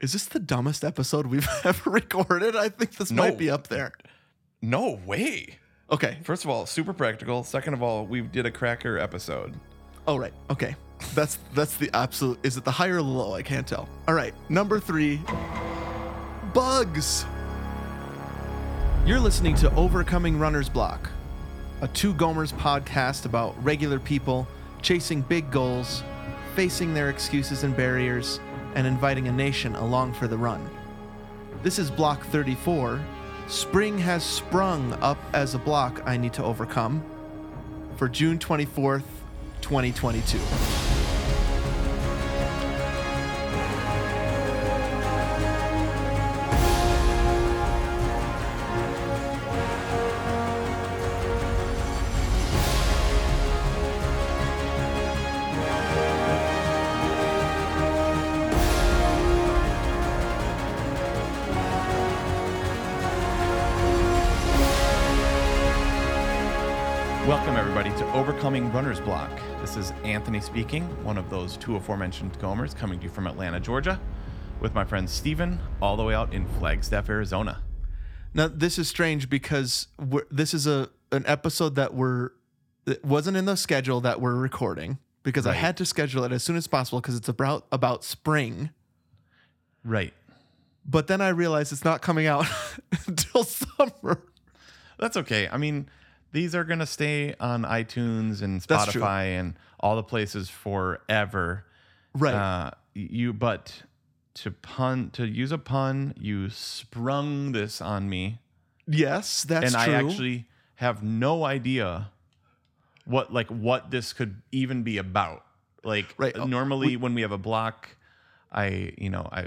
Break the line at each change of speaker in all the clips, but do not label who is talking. Is this the dumbest episode we've ever recorded? I think this
No.
might be up there.
No way.
Okay.
First of all, super practical. Second of all, we did a cracker episode.
All Oh, right. Okay. That's that's the absolute. Is it the high or the low? I can't tell. All right. Number three. Bugs. You're listening to Overcoming Runner's Block, a Two Gomers podcast about regular people chasing big goals, facing their excuses and barriers, and inviting a nation along for the run. This is Block 34. Spring has sprung up as a block I need to overcome for June 24th, 2022.
Welcome, everybody, to Overcoming Runner's Block. This is Anthony speaking, one of those two aforementioned Gomers coming to you from Atlanta, Georgia, with my friend Steven, all the way out in Flagstaff, Arizona.
Now, this is strange because we're, this is a an episode that we're that wasn't in the schedule that we're recording because I
Right.
had to schedule it as soon as possible because it's about about spring.
Right.
But then I realized it's not coming out until summer.
That's okay. I mean, these are going to stay on iTunes and
That's true.
Spotify and all the places forever.
Right.
Uh, you, but to pun, to use a pun, you sprung this on me.
yes, that's
and
true.
I actually have no idea what like what this could even be about. Like
Right, uh,
normally when we have a block, I you know I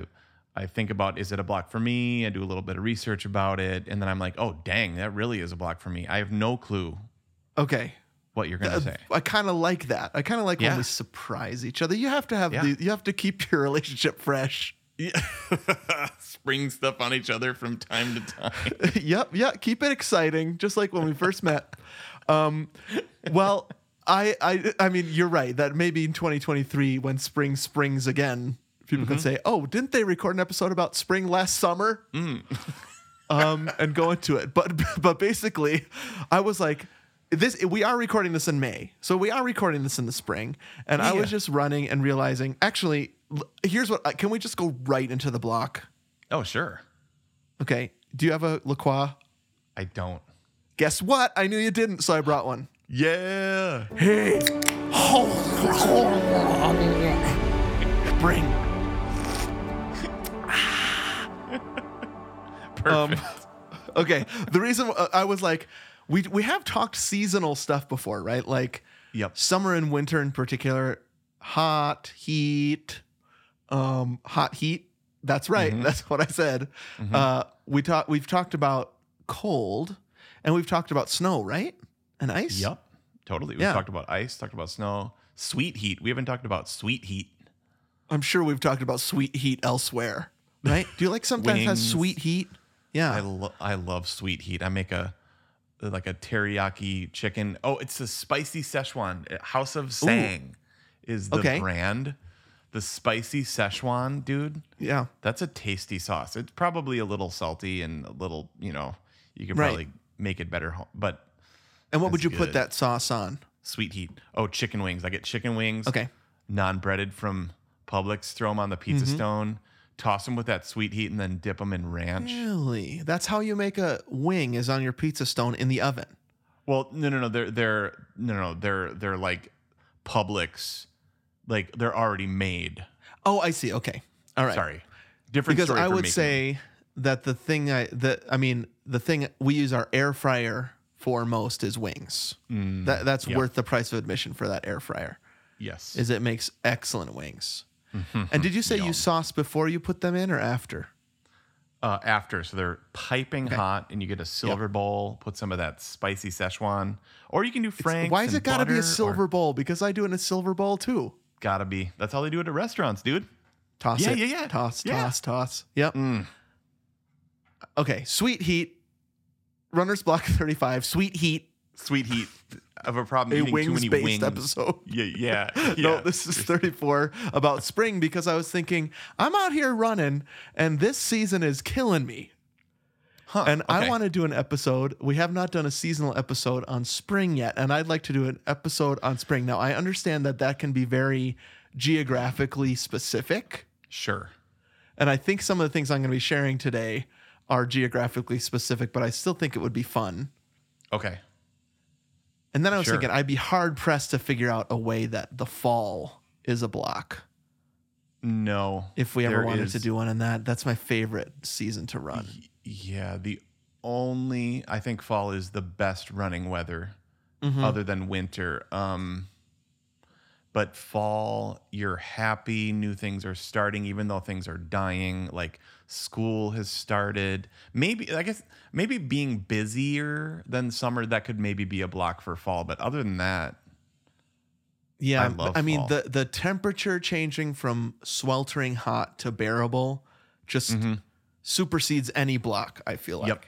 I think about is it a block for me? I do a little bit of research about it, and then I'm like, oh dang, that really is a block for me. I have no clue
okay.
what you're gonna say.
I kind of like that. I kind of like
Yeah.
when we surprise each other. You have to have
Yeah.
the, you have to keep your relationship fresh.
Spring stuff on each other from time to time.
yep, yeah, keep it exciting, just like when we first met. Um, well, I, I, I mean, you're right. That maybe in 2023, when spring springs again, people can say, "Oh, didn't they record an episode about spring last summer?" um, and go into it. But, but basically, I was like, this. We are recording this in May, so we are recording this in the spring. And I was
Yeah.
just running and realizing, actually, l- here's what. I- Can we just go right into the block?
Oh sure,
Okay. Do you have a LaCroix?
I don't.
Guess what? I knew you didn't, so I brought one.
Yeah.
Hey, spring.
Perfect.
Um, Okay. The reason uh, I was like, we we have talked seasonal stuff before, right? Like
yep.
summer and winter in particular, hot heat, um, hot heat. That's right.
Mhm.
That's what I said.
Mhm.
Uh, we talked. We've talked about cold, and we've talked about snow, right? And ice.
Yep. Totally. We've
Yeah.
talked about ice, talked about snow, sweet heat. We haven't talked about sweet heat.
I'm sure we've talked about sweet heat elsewhere, right? Do you like sometimes has
Wings.
sweet heat? Yeah.
I lo- I love sweet heat. I make a like a teriyaki chicken. Oh, it's a spicy Szechuan. House of Sang is the
Okay.
brand. The spicy Szechuan, dude.
yeah.
That's a tasty sauce. It's probably a little salty and a little, you know, you could
Right.
probably make it better home. But
And what would you
That's
put
good.
that sauce on?
sweet heat. Oh, chicken wings. I get chicken wings.
Okay.
non-breaded from Publix, throw them on the pizza
Mm-hmm.
stone, toss them with that sweet heat, and then dip them in ranch.
Really? That's how you make a wing is on your pizza stone in the oven.
Well, no, no, no, they're they're no, no, they're they're like Publix, like they're already made.
Oh, I see. Okay. All right.
Sorry, different
Because
story
I
for
would
making-
say that the thing I that I mean, the thing we use our air fryer for most is wings.
Mm,
That that's
yeah.
worth the price of admission for that air fryer.
yes.
Is it makes excellent wings. And did you say you
Mm-hmm. Yum.
sauce before you put them in or after?
uh, after. So they're piping hot, and you get a silver bowl. Put some of that spicy Szechuan, or you can do Frank's.
Why is it
and
got to be
butter,
a
or-
silver bowl? Because I do it in a silver bowl too.
Gotta be. That's how they do it at restaurants, dude.
Toss
Yeah,
it.
yeah, yeah.
Toss,
Yeah.
toss, toss. Yep.
Mm.
Okay. Sweet heat. Runner's block 35. Sweet heat.
Sweet heat. have a problem
a
eating too
wings
many
based
wings.
episode.
Yeah, yeah, yeah.
No, this is 34 about spring because I was thinking, I'm out here running and this season is killing me.
Huh,
And I
okay.
want to do an episode. We have not done a seasonal episode on spring yet, and I'd like to do an episode on spring. Now, I understand that that can be very geographically specific,
Sure.
and I think some of the things I'm going to be sharing today are geographically specific, but I still think it would be fun.
Okay.
And then I was
Sure.
thinking I'd be hard pressed to figure out a way that the fall is a block
No.
if we ever
there
wanted to
is-
do one on that. That's my favorite season to run.
Yeah, the only I think fall is the best running weather,
Mhm.
other than winter. Um, but fall, you're happy. New things are starting, even though things are dying. Like school has started. Maybe I guess maybe being busier than summer that could maybe be a block for fall. But other than that,
Yeah,
I
but
love
I mean
fall.
the the temperature changing from sweltering hot to bearable just supersedes any block. I feel like.
Mm-hmm. Yep.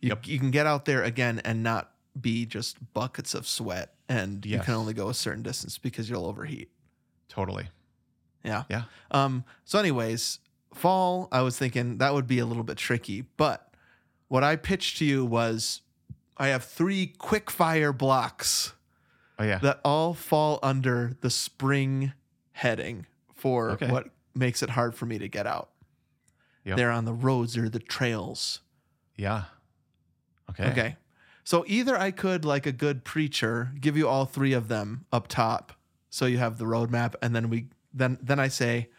You,
Yep.
you can get out there again and not be just buckets of sweat, and you
Yes.
can only go a certain distance because you'll overheat.
totally.
Yeah.
Yeah.
Um. So, anyways, fall. I was thinking that would be a little bit tricky, but what I pitched to you was, I have three quick fire blocks
Oh yeah.
that all fall under the spring heading for
Okay.
what makes it hard for me to get out.
Yep.
They're on the roads or the trails.
yeah. Okay.
Okay. So either I could, like a good preacher, give you all three of them up top so you have the roadmap, and then we then then I say,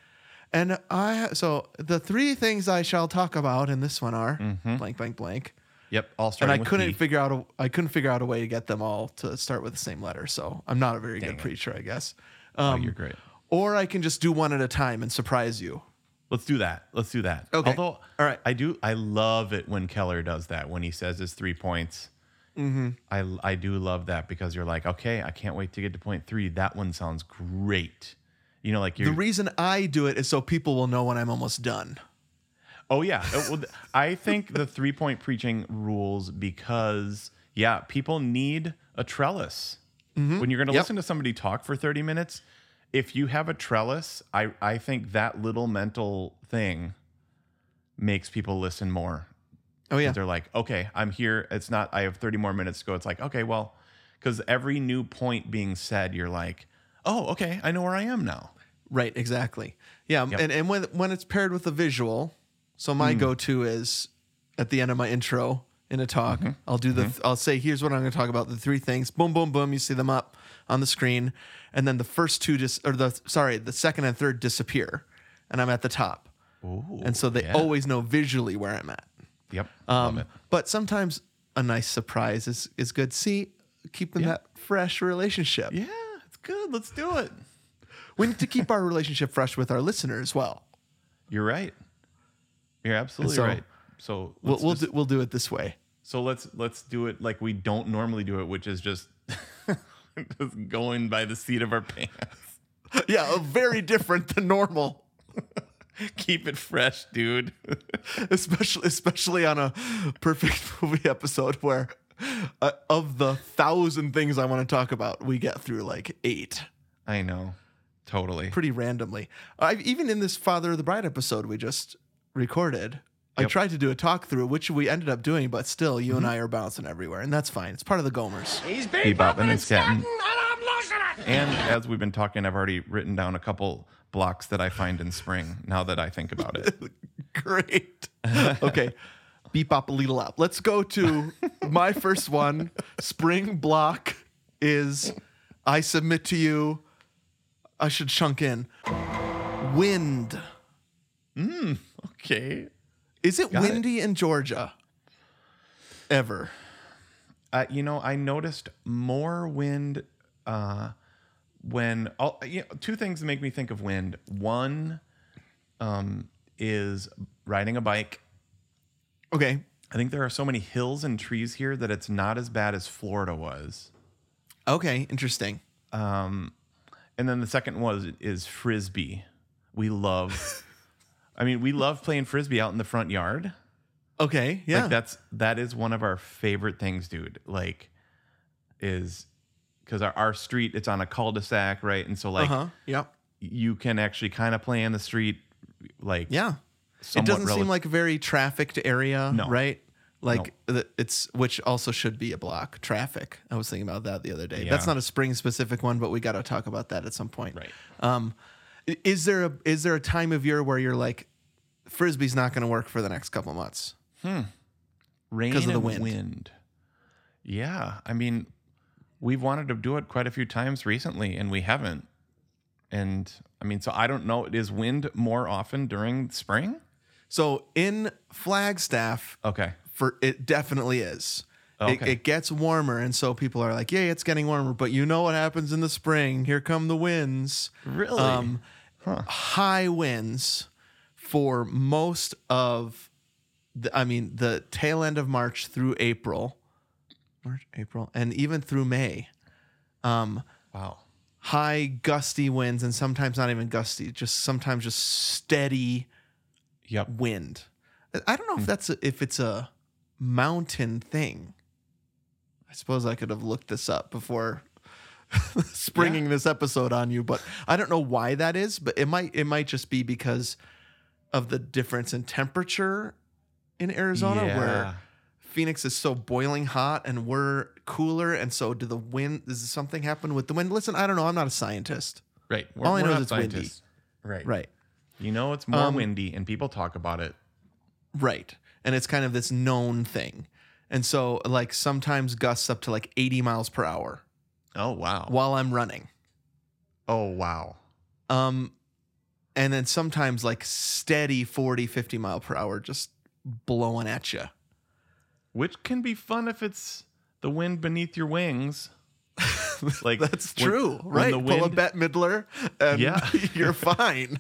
and I so the three things I shall talk about in this one are
Mhm.
blank, blank, blank.
Yep. All
And
starting.
I
with
couldn't
B.
figure out a I couldn't figure out a way to get them all to start with the same letter. So I'm not a very
Dang
good
it.
preacher, I guess.
Oh,
Um,
you're great.
or I can just do one at a time and surprise you.
Let's do that. Let's do that.
Okay.
Although,
All right.
I do. I love it when Keller does that when he says his three points. Mm-hmm. I I do love that because you're like, okay, I can't wait to get to point three. That one sounds great. You know, like you're.
The reason I do it is so people will know when I'm almost done.
oh yeah. Uh, well, th- I think the three point preaching rules because yeah, people need a trellis when you're going to
Yep.
listen to somebody talk for 30 minutes. If you have a trellis, I I think that little mental thing makes people listen more
Oh yeah.
They're like, okay, I'm here. It's not, I have 30 more minutes to go. It's like, okay, well, because every new point being said, you're like, oh, okay, I know where I am now.
Right, exactly. Yeah, and and when when it's paired with a visual, so my
Mm.
go-to is at the end of my intro in a talk,
Mm-hmm.
I'll do the th- I'll say here's what I'm going to talk about the three things. Boom boom boom, you see them up on the screen and then the first two dis- or the sorry, the second and third disappear and I'm at the top. and so they
yeah.
always know visually where I'm at.
Yep.
Um, But sometimes a nice surprise is is good. See, keeping that fresh relationship.
Yeah, it's good. Let's do it.
We need to keep our relationship fresh with our listener as well.
You're right. You're absolutely
so-
right. So
We'll
let's
we'll,
just-
do, we'll do it this way.
so let's let's do it like we don't normally do it, which is just just going by the seat of our pants.
yeah, very different than normal,
Keep it fresh, dude.
especially especially on a perfect movie episode where uh, of the thousand things I want to talk about, we get through like eight
I know. Totally.
pretty randomly. I even in this Father of the Bride episode we just recorded. I
Yep.
tried to do a talk through, which we ended up doing, but still, you and I are bouncing everywhere, and that's fine. It's part of the Gomers.
He's
Bebopping
bebopping
and
and scatting,
scatting.
and I'm losing it.
And as we've been talking, I've already written down a couple blocks that I find in spring now that I think about it.
Great. Okay. Beep up a little up. Let's go to my first one. Spring block is I submit to you. I should chunk in. Wind.
Okay.
Is it
Got it.
windy in Georgia? Ever.
Uh, you know, I noticed more wind uh, when all, you know, two things make me think of wind. One um, is riding a bike.
Okay.
I think there are so many hills and trees here that it's not as bad as Florida was.
Okay. Interesting.
And then the second was is frisbee. We love. I mean, we love playing frisbee out in the front yard.
Okay. Yeah.
Like that's that is one of our favorite things, dude. Like is because our, our street it's on a cul-de-sac, right? And so
Uh
like
huh. Yep.
you can actually kind of play in the street, like
Yeah.
somewhat
it doesn't
rela-
seem like a very trafficked area,
No.
right? Like the it's which also should be a block traffic. I was thinking about that the other day. That's
Yeah.
not a spring specific one, but we got to talk about that at some point.
Right.
Um, i- is there a is there a time of year where you're like, frisbee's not going to work for the next couple months?
rain
'Cause of the
and
wind.
Yeah, I mean, we've wanted to do it quite a few times recently, and we haven't. And I mean, so I don't know. Is wind more often during spring?
So in Flagstaff,
Okay,
for it definitely is. It,
Okay.
it gets warmer, and so people are like, "Yay, it's getting warmer!" But you know what happens in the spring? Here come the winds.
really?
Um, High winds for most of, the, I mean, the tail end of March through April, March, April, and even through May. Um,
wow.
High gusty winds, and sometimes not even gusty, just sometimes just steady
Yep.
wind. I- I don't know if that's a, if it's a mountain thing. I suppose I could have looked this up before springing this episode on you, but I don't know why that is. But it might it might just be because of the difference in temperature in Arizona,
Yeah.
where Phoenix is so boiling hot and we're cooler, and so do the wind. Does something happen with the wind? Listen, I don't know. I'm not a scientist.
Right.
All I know is
not
it's windy.
Right.
Right. Um,
You know, it's more windy, and people talk about it.
Right. And it's kind of this known thing. And so, like, sometimes gusts up to like 80 miles per hour
Oh wow.
while I'm running.
Oh wow.
Um, and then sometimes like steady 40, 50 mile per hour just blowing at you.
Which can be fun if it's the wind beneath your wings. Like
That's
when-
true,
when
right?
the
Pull a
wind-
Bette Midler and
Yeah.
you're fine.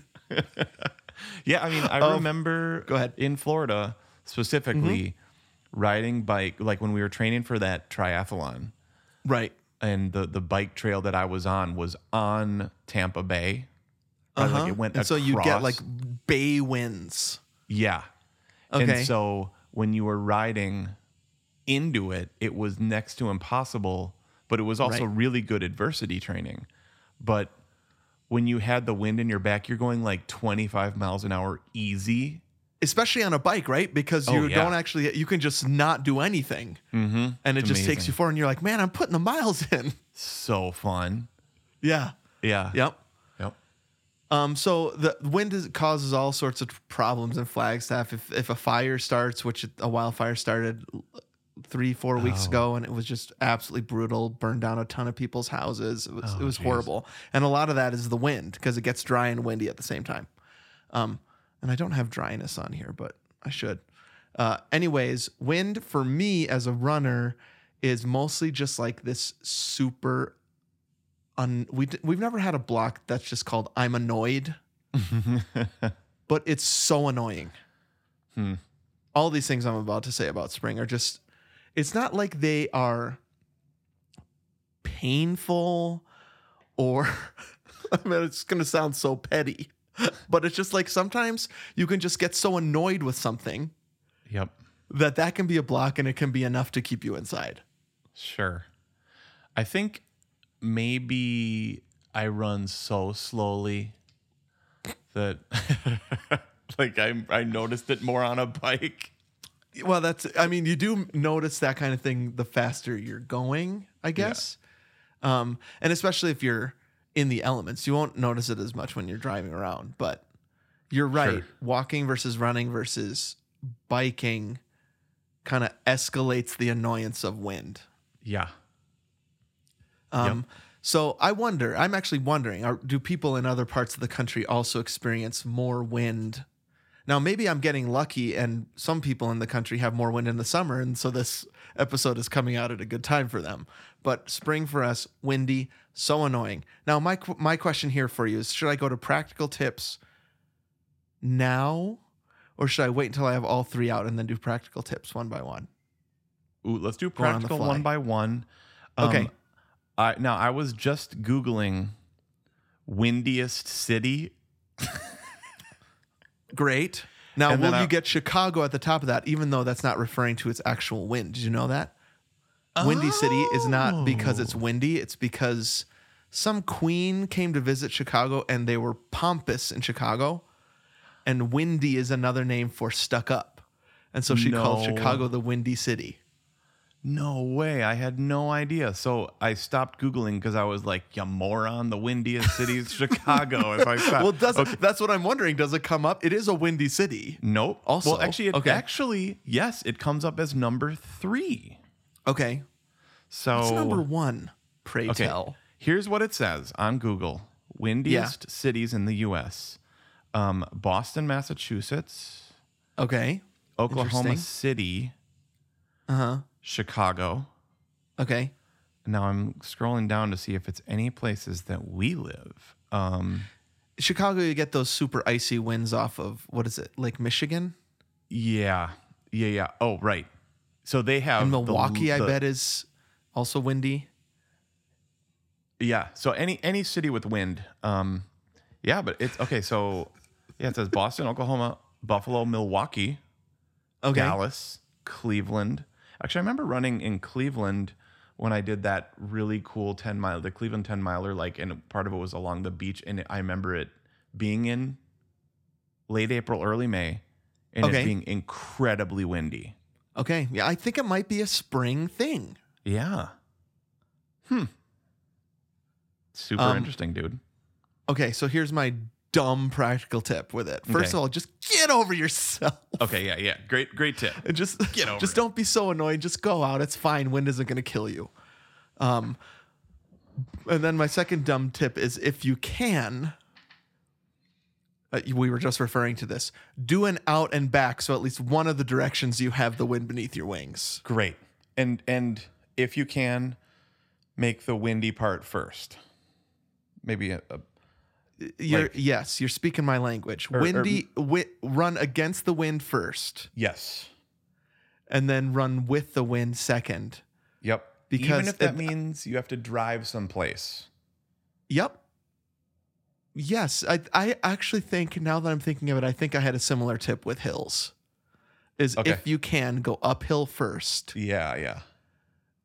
Yeah, I mean, I
Um,
remember
go ahead. Mm-hmm.
in Florida specifically riding bike like when we were training for that triathlon
Right.
and the the bike trail that I was on was on Tampa Bay. Right,
Uh-huh.
Like it went
and so you get
across-
like bay winds.
yeah.
Okay.
And so when you were riding into it, it was next to impossible, but it was also
Right.
really good adversity training. But when you had the wind in your back, you're going like 25 miles an hour easy.
especially on a bike, right? Because
Oh,
you
yeah.
don't actually, you can just not do anything, mm-hmm. and it just takes
amazing.
you forward. And you're like, man, I'm putting the miles in.
So fun.
yeah.
Yeah.
Yep.
Yep.
Um, so the wind is, causes all sorts of problems in Flagstaff. If if a fire starts, which a wildfire started three four weeks ago, and it was just absolutely brutal, burned down a ton of people's houses. It was it was
geez.
horrible, and a lot of that is the wind because it gets dry and windy at the same time. Um, and I don't have dryness on here, but I should. Uh, anyways, wind for me as a runner is mostly just like this super. Un- we d- we've never had a block that's just called I'm annoyed, but it's so annoying.
Hmm.
All these things I'm about to say about spring are just. It's not like they are painful or I mean it's gonna sound so petty. But it's just like sometimes you can just get so annoyed with something
Yep.
that that can be a block and it can be enough to keep you inside.
Sure. I think maybe I run so slowly that like I I noticed it more on a bike.
Well, that's I mean you do notice that kind of thing the faster you're going, I guess. Um and especially if you're in the elements, you won't notice it as much when you're driving around, but you're right.
Sure.
Walking versus running versus biking kind of escalates the annoyance of wind.
Yeah.
Um, So I wonder. I'm actually wondering: are, Do people in other parts of the country also experience more wind? Now, maybe I'm getting lucky, and some people in the country have more wind in the summer, and so this episode is coming out at a good time for them. But spring for us, windy, so annoying. Now, my qu- my question here for you is: Should I go to practical tips now, or should I wait until I have all three out and then do practical tips one by one?
Ooh, let's do
Going on the
practical
fly.
one by one. Um,
Okay.
I now I was just googling windiest city.
Great. Now,
And
will
then
you
I-
get Chicago at the top of that, even though that's not referring to its actual wind? Did you know that? Windy City is not because
Oh.
it's windy, it's because some queen came to visit Chicago and they were pompous in Chicago. And windy is another name for stuck up. And so she called
No.
Chicago the Windy City.
No way. I had no idea. So I stopped Googling because I was like, you moron, the windiest city is Chicago. So I stopped.
Well, that's, that's what I'm wondering. Does it come up? It is a windy city.
nope.
Also-
well, actually, it,
okay.
actually, yes, it comes up as number three.
Okay.
So
It's number one, pray
Oh. Okay.
tell.
Here's what it says on Google: windiest cities in the U.S. Um, Boston, Massachusetts,
Okay.
Oklahoma
Interesting.
City,
Uh huh.
Chicago.
Okay.
Now I'm scrolling down to see if it's any places that we live. Um,
Chicago, you get those super icy winds off of what is it, Lake Michigan?
yeah, yeah, yeah. Oh, right. So they have
And
the-
Milwaukee, I
the-
bet, is also windy.
Yeah. So any any city with wind. Um, yeah, but it's okay. So yeah, it says Boston, Oklahoma, Buffalo, Milwaukee,
Okay.
Dallas, Cleveland. Actually, I remember running in Cleveland when I did that really cool 10 mile, the Cleveland 10 miler, like, and part of it was along the beach. And I remember it being in late April, early May, and
Okay.
it being incredibly windy.
Okay. Yeah, I think it might be a spring thing.
Yeah. Hmm. Super
Um,
interesting, dude.
Okay, so here's my dumb practical tip with it. First
Okay.
of all, just get over yourself.
Okay. Yeah. Yeah. Great, great tip.
And just
Get over
just
it.
don't be so annoyed. Just go out. It's fine. Wind isn't going to kill you. Um, and then my second dumb tip is if you can. Uh, we were just referring to this. Do an out and back, so at least one of the directions you have the wind beneath your wings.
Great. And, and if you can, make the windy part first. Maybe a, a
You're,
Like-
yes, you're speaking my language.
Or- or-
Windy, wi- run against the wind first,
Yes.
and then run with the wind second.
Yep.
Because
even if that
it-
means you have to drive someplace.
Yep. Yes, I I actually think now that I'm thinking of it, I think I had a similar tip with hills. Is
Okay.
if you can go uphill first,
Yeah, yeah.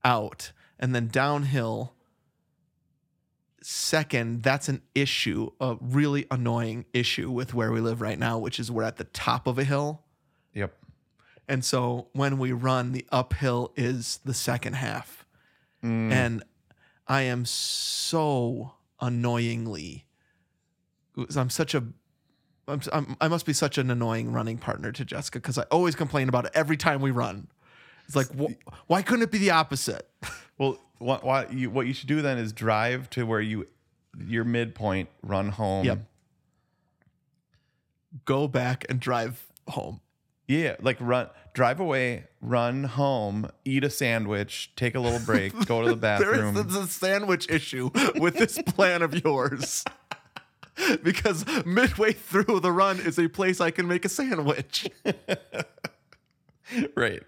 out, and then downhill second, that's an issue, a really annoying issue with where we live right now, which is we're at the top of a hill.
Yep.
And so when we run, the uphill is the second half.
Mm,
And I am so annoyingly, I'm such a, I'm, I'm, I must be such an annoying running partner to Jessica because I always complain about it every time we run. It's like, wh- why couldn't it be the opposite?
well, what, why you, what you should do then is drive to where you your midpoint, run home.
Yep. Go back and drive home.
Yeah, like run drive away, run home, eat a sandwich, take a little break, go to the
There is
bathroom.
the sandwich issue with this plan of yours. Because midway through the run is a place I can make a sandwich.
right.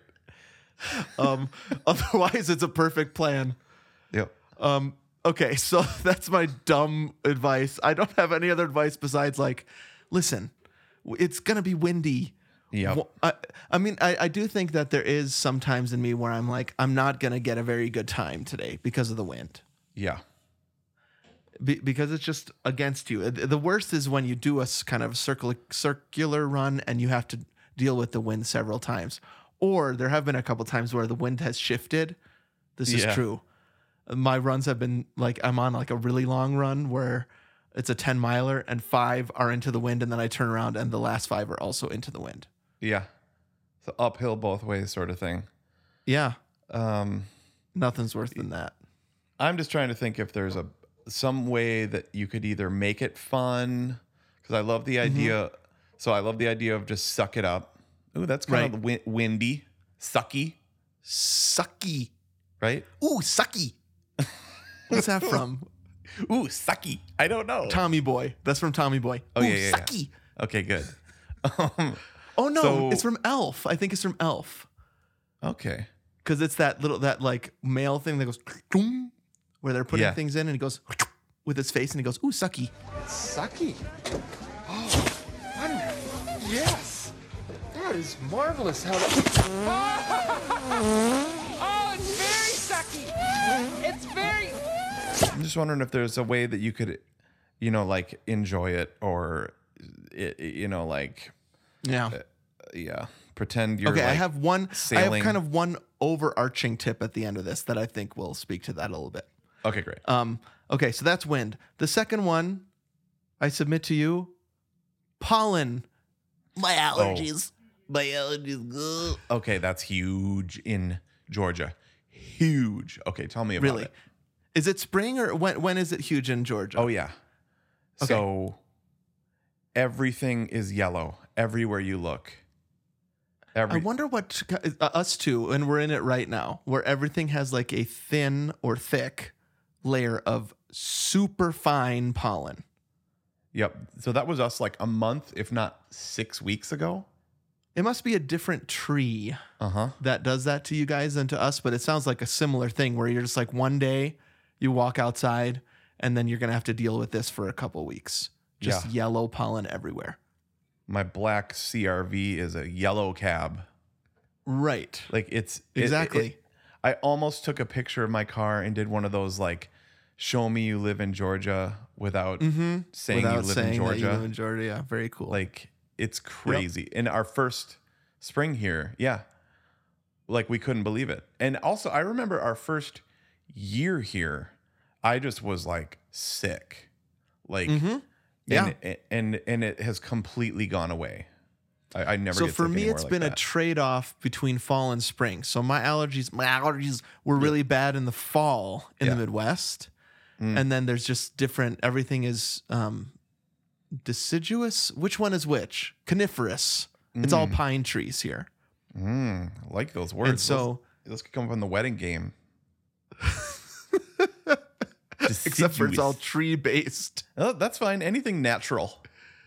Um, otherwise, it's a perfect plan.
Yep.
Um, okay, so that's my dumb advice. I don't have any other advice besides like, listen, w- it's gonna be windy.
Yep.
Wh- I, I mean, I, I do think that there is sometimes in me where I'm like, I'm not gonna get a very good time today because of the wind,
yeah.
Be- because it's just against you. Uh, Th- The worst is when you do a s- kind of circular circular run and you have to deal with the wind several times. Or there have been a couple times where the wind has shifted. This
Yeah.
is true. Uh, My runs have been like I'm on like a really long run where it's a 10 miler and five are into the wind and then I turn around and the last five are also into the wind.
Yeah. So uphill both ways sort of thing.
Yeah,
Um
nothing's worse than that.
I'm just trying to think if there's a some way that you could either make it fun because I love the idea. So I love the idea of just suck it up. Ooh, that's kind
Right.
of win- windy, sucky,
Sucky.
right?
Ooh, sucky. What's that from?
Ooh, sucky. I don't know.
Tommy Boy. That's from Tommy Boy.
Oh,
Ooh,
yeah, yeah, yeah.
sucky.
Okay, good. Um,
Oh no,
So-
it's from Elf. I think it's from Elf.
okay,
because it's that little that like male thing that goes "Dum," where they're putting
Yeah.
things in and it goes with its face and it goes ooh sucky
Saki. Oh, wonderful. Yes. That is marvelous how that.
Oh, it's very sucky. It's very.
I'm just wondering if there's a way that you could, you know, like enjoy it or, i- i- you know, like,
Yeah.
yeah, pretend you're.
Okay, I
like-
have one. I
sailing.
have kind of one overarching tip at the end of this that I think will speak to that a little bit.
Okay, great.
Um, okay, so that's wind. The second one I submit to you, pollen. My allergies. My allergies. Ugh.
Oh. okay, that's huge in Georgia. Huge. Okay, tell me about
Really?
it.
Is it spring or when? When is it huge in Georgia?
Oh yeah. So everything is yellow everywhere you look.
I
Every
wonder what uh, us two, and we're in it right now, where everything has like a thin or thick layer of super fine pollen.
Yep. So that was us like a month, if not six weeks ago.
It must be a different tree
Uh huh.
that does that to you guys and to us, but it sounds like a similar thing where you're just like one day you walk outside and then you're gonna have to deal with this for a couple weeks. Just
Yeah.
yellow pollen everywhere.
My black CRV is a yellow cab.
Right.
Like it's it- it-
Exactly.
it- I almost took a picture of my car and did one of those like, show me you live in Georgia without
mm-hmm.
saying you live in
that you
Georgia.
live in Georgia. Yeah, very cool.
like it's crazy. In our first spring here, yeah, like we couldn't believe it. And also, I remember our first year here. I just was like sick, like
Mhm. Yeah.
and and and it has completely gone away. I, I never.
so
get
for
sick
me,
anymore
it's
like
been a
that.
trade-off between fall and spring. So my allergies, my allergies were really bad in the fall in
Yeah.
the Midwest,
Mm.
and then there's just different. Everything is um, deciduous. Which one is which? Coniferous. It's all pine trees here,
Mm, I like those words.
and so
those, those could come from the wedding game.
except for it's all
Deciduous.
tree-based.
Oh, that's fine. Anything natural.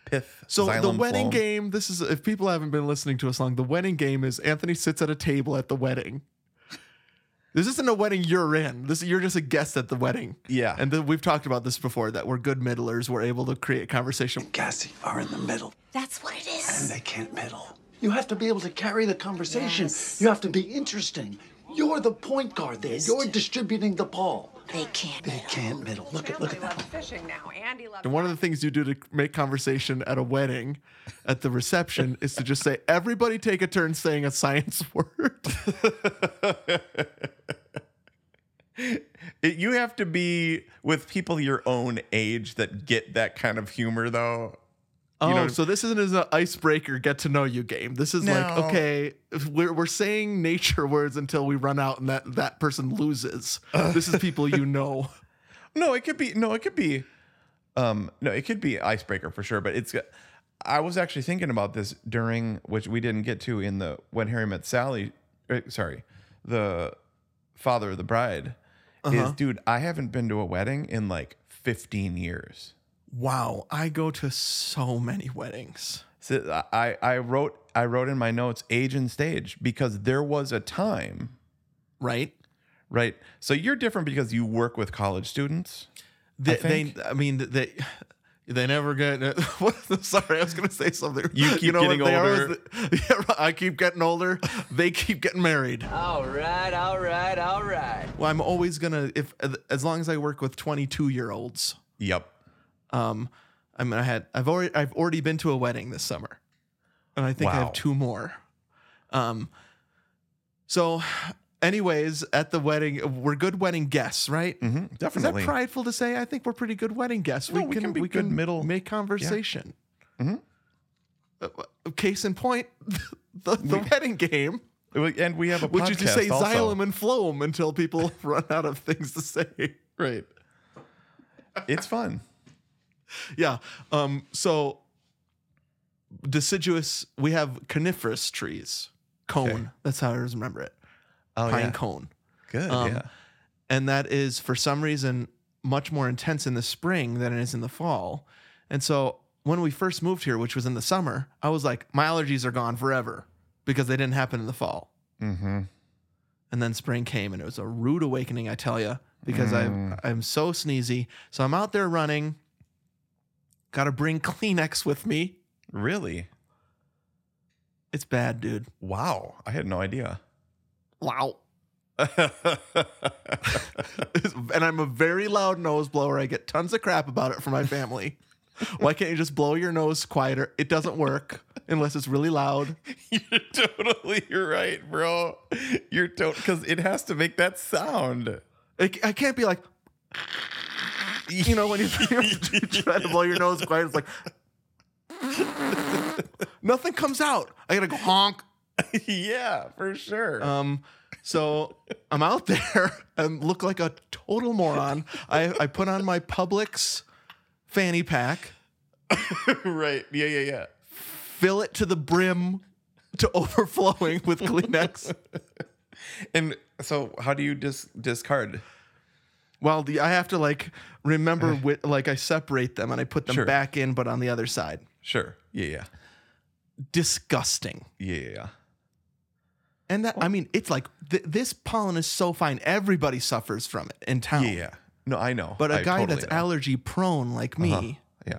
Pith.
So the
xylem,
wedding
phloem.
game. This is if people haven't been listening to us long. The wedding game is Anthony sits at a table at the wedding. This isn't a wedding you're in. This you're just a guest at the wedding.
Yeah.
And then we've talked about this before that we're good middlers. We're able to create conversation.
Cassie are in the middle.
That's what it is.
They can't middle. You have to be able to carry the conversation.
Yes.
You have to be interesting. You're the point guard there. You're distributing the ball.
They can't.
They can't middle. Look at look
Family
at that.
loves fishing now. Andy loves.
And one of the things you do to make conversation at a wedding, at the reception, is to just say, everybody take a turn saying a science word.
It- you have to be with people your own age that get that kind of humor, though.
Oh,
know-
so this isn't as an icebreaker get to know you game. This is like,
No.
okay, we're, we're saying nature words until we run out and that, that person loses. This is people you know.
No, it could be. No, it could be. Um, no, it could be icebreaker for sure. But it's. I was actually thinking about this during which we didn't get to in the when Harry met Sally. eh, Sorry, the father of the bride is dude. I haven't been to a wedding in like fifteen years.
Wow, I go to so many weddings.
So I I wrote I wrote in my notes age and stage because there was a time
Right?
Right. So you're different because you work with college students.
They, I,
think-
they, I mean, they they never get. What, sorry, I was going to say something.
You keep
what
getting
they are is
older.
the- yeah, I keep getting older. They keep getting married.
All right, all right, all right.
Well, I'm always going to if as long as I work with 22 year olds.
Yep.
Um, I mean, I had I've already I've already been to a wedding this summer, and I think I
Wow.
have two more. Um, so, anyways, at the wedding, we're good wedding guests, right?
hmm
Is that
Definitely.
prideful to say? I think we're pretty good wedding guests.
No, we can be good middle- Mm-hmm.
make conversation. Uh, case in point, the, the wedding game,
Well, and we have a
which
podcast
is to say
also.
xylem and phloem until people run out of things to say.
right. It's fun.
yeah. Um, so deciduous, we have coniferous trees. Cone.
Okay.
That's how I always remember it.
Oh
Pine cone.
Good.
Um,
yeah.
And that is for some reason much more intense in the spring than it is in the fall. And so when we first moved here, which was in the summer, I was like, my allergies are gone forever because they didn't happen in the fall.
Mm-hmm.
and then spring came and it was a rude awakening i tell you because i i'm so sneezy so i'm out there running gotta bring kleenex with me
Really?
it's bad dude
Wow. I had no idea.
wow and I'm a very loud nose blower. I get tons of crap about it from my family. Why can't you just blow your nose quieter? It doesn't work unless it's really loud.
You're totally right, bro. You're totally because it has to make that sound.
It, I can't be like, you know, when you, you try to blow your nose quieter, it's like, nothing comes out. I gotta go honk.
yeah, for sure.
Um, so I'm out there and look like a total moron. I, I put on my Publix fanny pack,
right. Yeah, yeah, yeah.
fill it to the brim to overflowing with Kleenex.
And so, how do you dis- discard?
Well, the, I have to like remember wi- like I separate them and I put them
Uh. Sure.
back in, but on the other side.
Sure. Yeah, yeah,
Disgusting.
yeah, yeah, yeah.
And that I mean, it's like th- this pollen is so fine. Everybody suffers from it in town.
Yeah, yeah. No, I know. Uh-huh.
But a
a
guy that's allergy prone like me,
Yeah.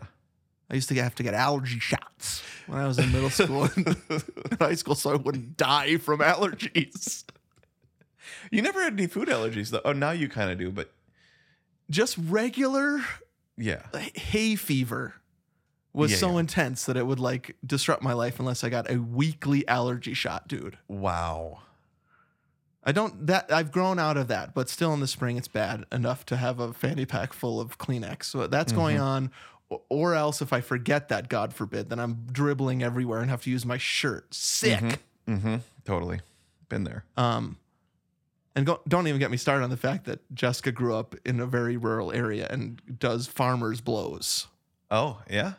I used to have to get allergy shots when I was in middle school and high school, so I wouldn't die from allergies.
You never had any food allergies though. Oh, now you kind of do, but
Just regular
yeah.
hay fever was
Yeah,
so
yeah.
intense that it would like disrupt my life unless I got a weekly allergy shot, dude.
Wow.
I don't that I've grown out of that, but still in the spring it's bad enough to have a fanny pack full of Kleenex. So that's
Mm-hmm.
going on. O- Or else if I forget that, God forbid, then I'm dribbling everywhere and have to use my shirt. Sick.
Mm-hmm. Totally. Been there.
Um, and go, don't even get me started on the fact that Jessica grew up in a very rural area and does farmers blows.
oh, yeah.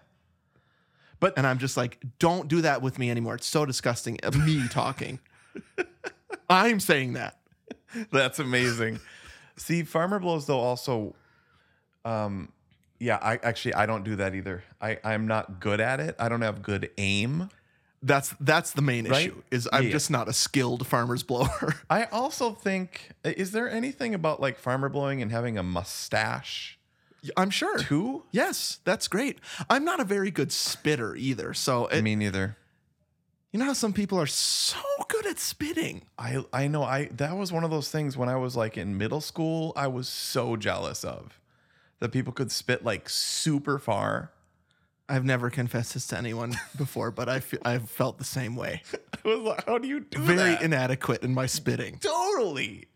And I'm just like, don't do that with me anymore. It's so disgusting. Uh, Me talking. I'm saying that.
That's amazing. See, farmer blows though also um yeah, I actually I don't do that either. I I'm not good at it. I don't have good aim.
That's that's the main
Right?
issue. Is I'm
Yeah.
just not a skilled farmer's blower.
I also think is there anything about like farmer blowing and having a mustache
I'm sure.
too?
Yes, that's great. I'm not a very good spitter either. So it,
Me neither.
you know how some people are so good at spitting.
I I know I that was one of those things when I was like in middle school, I was so jealous of that people could spit like super far.
I've never confessed this to anyone before, but I feel, I've felt the same way.
I was like, how do you do
Very
that?
inadequate in my spitting.
totally.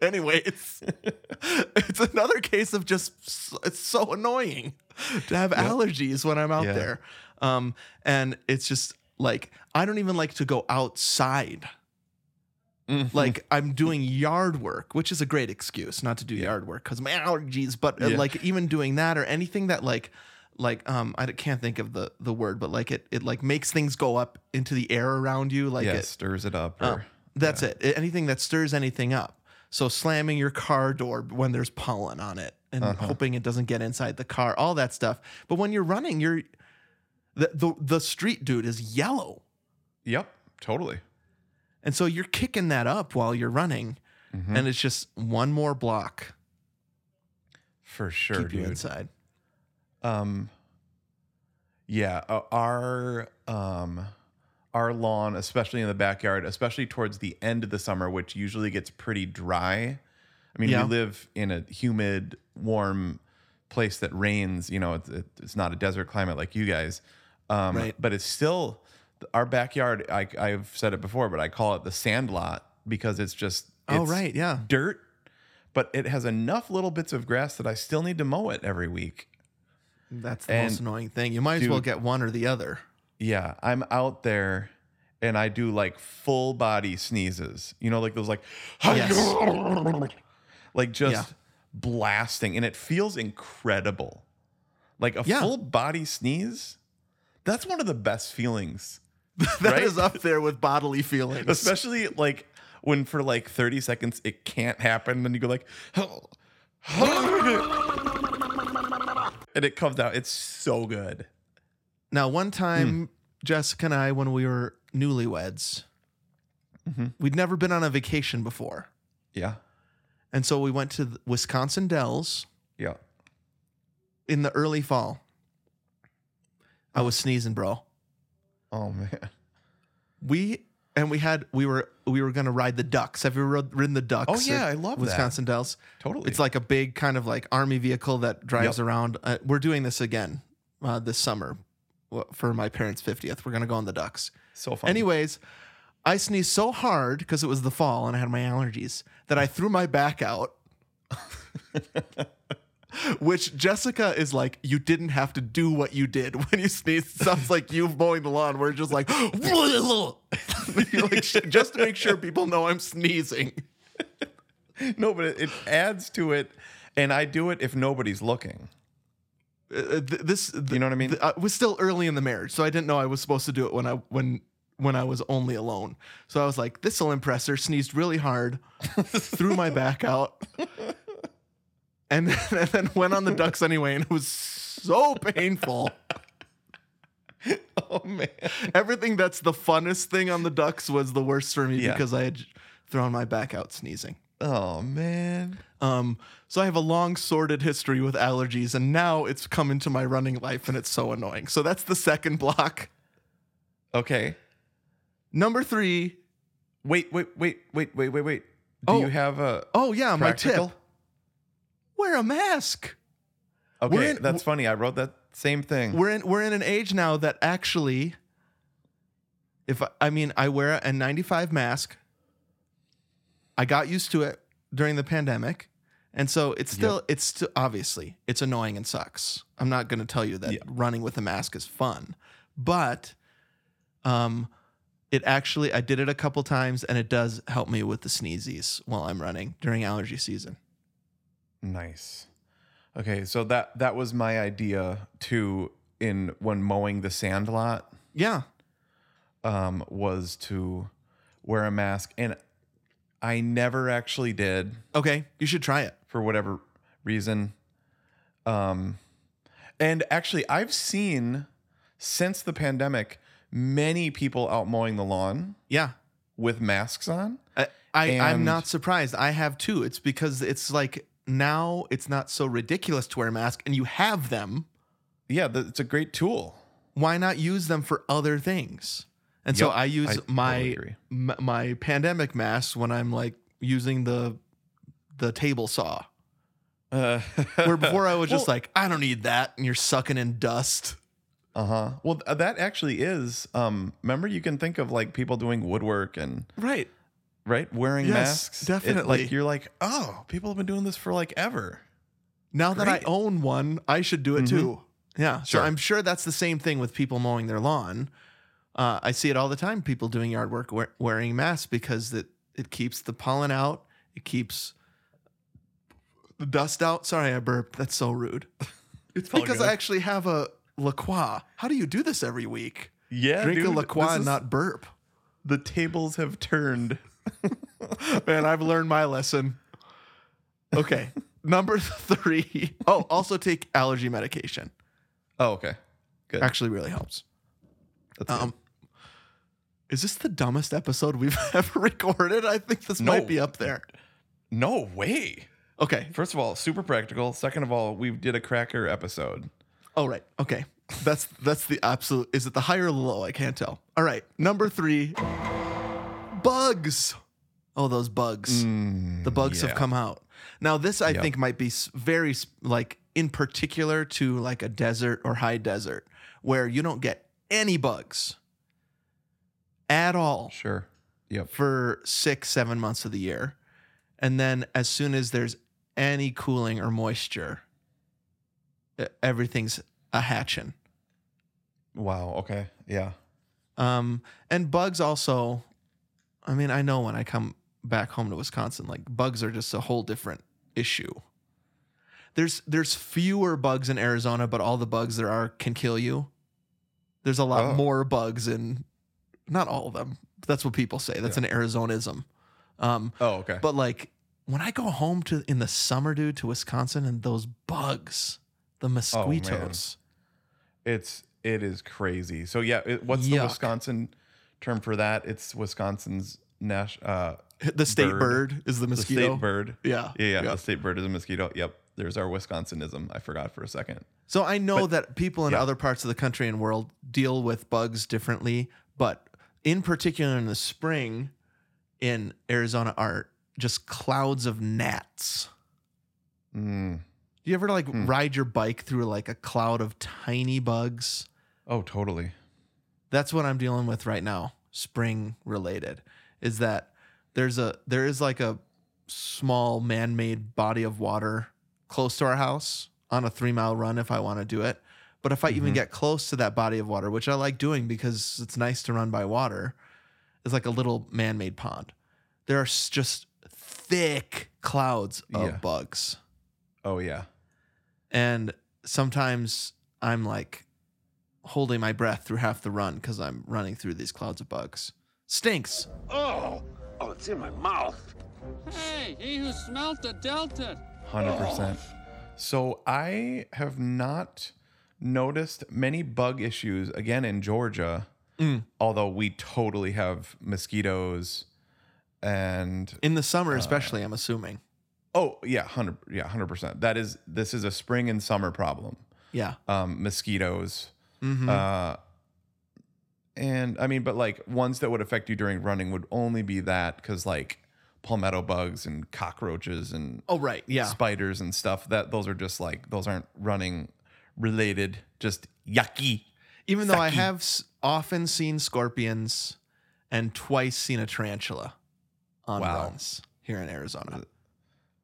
Anyway, it's it's another case of just s- it's so annoying to have allergies when I'm out
Yeah.
there, um, and it's just like I don't even like to go outside.
Mm-hmm.
Like I'm doing yard work, which is a great excuse not to do yard work because my allergies. But uh,
Yeah.
like even doing that or anything that like like um I can't think of the the word, but like it it like makes things go up into the air around you. Like
yeah,
it,
stirs it up. Or,
um, that's it. A- Anything that stirs anything up. So slamming your car door when there's pollen on it and hoping it doesn't get inside the car, all that stuff. But when you're running, you're the the, the street dude is yellow.
Yep, totally.
And so you're kicking that up while you're running.
Mm-hmm.
And it's just one more block
For sure,
keep you
dude.
inside.
Um, yeah, uh, our um, our lawn, especially in the backyard, especially towards the end of the summer, which usually gets pretty dry. I mean,
Yeah.
we live in a humid, warm place that rains. You know, it's, it's not a desert climate like you guys, um,
Right.
but it's still our backyard. I, I've said it before, but I call it the sand lot because it's just
Oh,
it's
right, yeah.
dirt. But it has enough little bits of grass that I still need to mow it every week.
That's the most
And,
annoying thing. You might as well
dude-
get one or the other.
Yeah, I'm out there and I do like full body sneezes. You know, like those like
Yes.
like just
Yeah.
blasting and it feels incredible. Like a
Yeah.
full body sneeze, that's one of the best feelings.
That is
Right?
up there with bodily feelings.
Especially like when for like 30 seconds it can't happen and you go like and it comes out. It's so good.
Now, one time,
Hmm.
Jessica and I, when we were newlyweds,
Mm-hmm.
we'd never been on a vacation before.
Yeah.
And so we went to the Wisconsin Dells
Yeah.
in the early fall. I was sneezing, bro.
Oh man.
We and we had we were we were gonna ride the ducks. Have you ever rode- ridden the ducks?
Oh, yeah,
at
I love that.
Wisconsin Dells.
Totally.
it's like a big kind of like army vehicle that drives
Yep.
around. Uh, we're doing this again uh, this summer w- for my parents' fiftieth. We're gonna go on the ducks.
So fun.
Anyways, I sneezed so hard because it was the fall and I had my allergies that I threw my back out. Which Jessica is like, you didn't have to do what you did when you sneezed. It sounds like you mowing the lawn. We're just like, You're like, "Sh- just to make sure people know I'm sneezing.
no, but it, it adds to it, and I do it if nobody's looking.
Uh, th- this,
You know what I mean?
I was still early in the marriage, so I didn't know I was supposed to do it when I when when I was only alone. So I was like, "This will impress her." Sneezed really hard, threw my back out, and then, and then went on the ducks anyway, and it was so painful.
Oh man.
Everything that's the funnest thing on the ducks was the worst for me
Yeah.
because I had thrown my back out sneezing.
Oh man.
Um, so I have a long sordid history with allergies, and now it's come into my running life, and it's so annoying. So that's the second block.
Okay.
Number three.
Wait, wait, wait, wait, wait, wait, wait. Do
Oh.
you have a?
Oh yeah, my
Practical?
tip. Wear a mask.
Okay,
in-
that's funny. I wrote that same thing.
We're in we're in an age now that actually if I, I mean I wear a 95 mask. I got used to it during the pandemic. And so it's still it's still obviously it's annoying and sucks. I'm not going to tell you that
Yeah.
running with a mask is fun, but um it actually I did it a couple times and it does help me with the sneezes while I'm running during allergy season.
Nice. Okay, so that that was my idea too. In when mowing the sand lot,
Yeah.
um, was to wear a mask, and I never actually did
Okay, you should try it.
for whatever reason. Um, and actually, I've seen since the pandemic many people out mowing the lawn
Yeah.
with masks on.
I, I I'm
And-
not surprised. I have too. It's because it's like now it's not so ridiculous to wear a mask and you have them.
Yeah, th- it's a great tool.
Why not use them for other things? And so
Yep,
I use
I totally
my
agree.
m- my pandemic mask when I'm like using the the table saw.
Uh,
Where before I was just like, I don't need that, and you're sucking in dust.
Uh huh. Well, th- that actually is. Um, remember, you can think of like people doing woodwork and
Right.
right wearing
Yes,
masks. It-
definitely.
like you're like, oh, people have been doing this for like ever.
Now that I
Great.
own one, I should do it too. Yeah. So
Sure.
I'm Mm-hmm. sure that's the same thing with people mowing their lawn. Uh, I see it all the time. People doing yard work wear, wearing masks because it, it keeps the pollen out. It keeps the dust out. Sorry, I burped. That's so rude. It's because I actually have a La Croix. How do you do this every week?
Yeah,
Drink a
dude,
La Croix
this
and
is-
not burp.
the tables have turned.
Man, I've learned my lesson. Okay. Number three. Oh, also take allergy medication.
Oh, okay. Good.
Actually, really helps.
That's good.
Um, is this the dumbest episode we've ever recorded? I think this
No.
might be up there.
no way.
Okay.
First of all, super practical. Second of all, we did a cracker episode.
All right. Okay. That's that's the absolute. Is it the high or the low? I can't tell. All right. Number three. Bugs. Oh, those bugs. the bugs
Mm, yeah.
have come out. Now, this I
Yep.
think might be s- very s- like in particular to like a desert or high desert where you don't get any bugs at all.
Sure. Yep.
for six, seven months of the year. And then as soon as there's any cooling or moisture, e- everything's a hatching.
Wow. Okay. Yeah.
Um, and bugs also, I mean, I know when I come back home to Wisconsin, like bugs are just a whole different issue. There's there's fewer bugs in Arizona, but all the bugs there are can kill you. There's a lot
Oh.
more bugs in, not all of them. That's what people say. That's an Arizonism. Um,
Oh, okay.
But like when I go home to in the summer, dude, to Wisconsin and those bugs,
Oh,
the mosquitoes.
It's it is crazy. So yeah, it, what's the
Yuck.
Wisconsin term for that? It's Wisconsin's nash uh
the state
Bird.
bird, is the
the
mosquito.
state bird.
Yeah,
Yeah, yeah,
yeah.
the state bird is a mosquito. Yep. There's our Wisconsinism. I forgot for a second.
So I know that people in
yeah.
other parts of the country and world deal with bugs differently, but in particular in the spring in Arizona are just clouds of gnats.
Mm.
Do you ever like
Hmm.
ride your bike through like a cloud of tiny bugs?
Oh, totally.
That's what I'm dealing with right now, spring related. Is that there's a there is like a small man-made body of water close to our house on a 3-mile run if I want to do it. But if I even get close to that body of water, which I like doing because it's nice to run by water, is like a little man-made pond. There are s- just thick clouds of
Yeah.
bugs.
Oh yeah.
And sometimes I'm like holding my breath through half the run because I'm running through these clouds of bugs. Stinks.
Oh! Oh, it's in my mouth.
Hey, he who smelt the Delta.
Hundred percent. So I have not noticed many bug issues again in Georgia, although we totally have mosquitoes and
In the
Uh,
summer, especially, I'm assuming.
oh yeah, hundred yeah, hundred percent. That is this is a spring and summer problem.
Yeah.
Um, mosquitoes.
Mm-hmm.
Uh, and I mean, but like ones that would affect you during running would only be that because like palmetto bugs and cockroaches and
Oh, right. Yeah.
spiders and stuff that those are just like those aren't running related just yucky
Even though I
sucky.
have s- often seen scorpions and twice seen a tarantula on
Wow.
runs here in Arizona.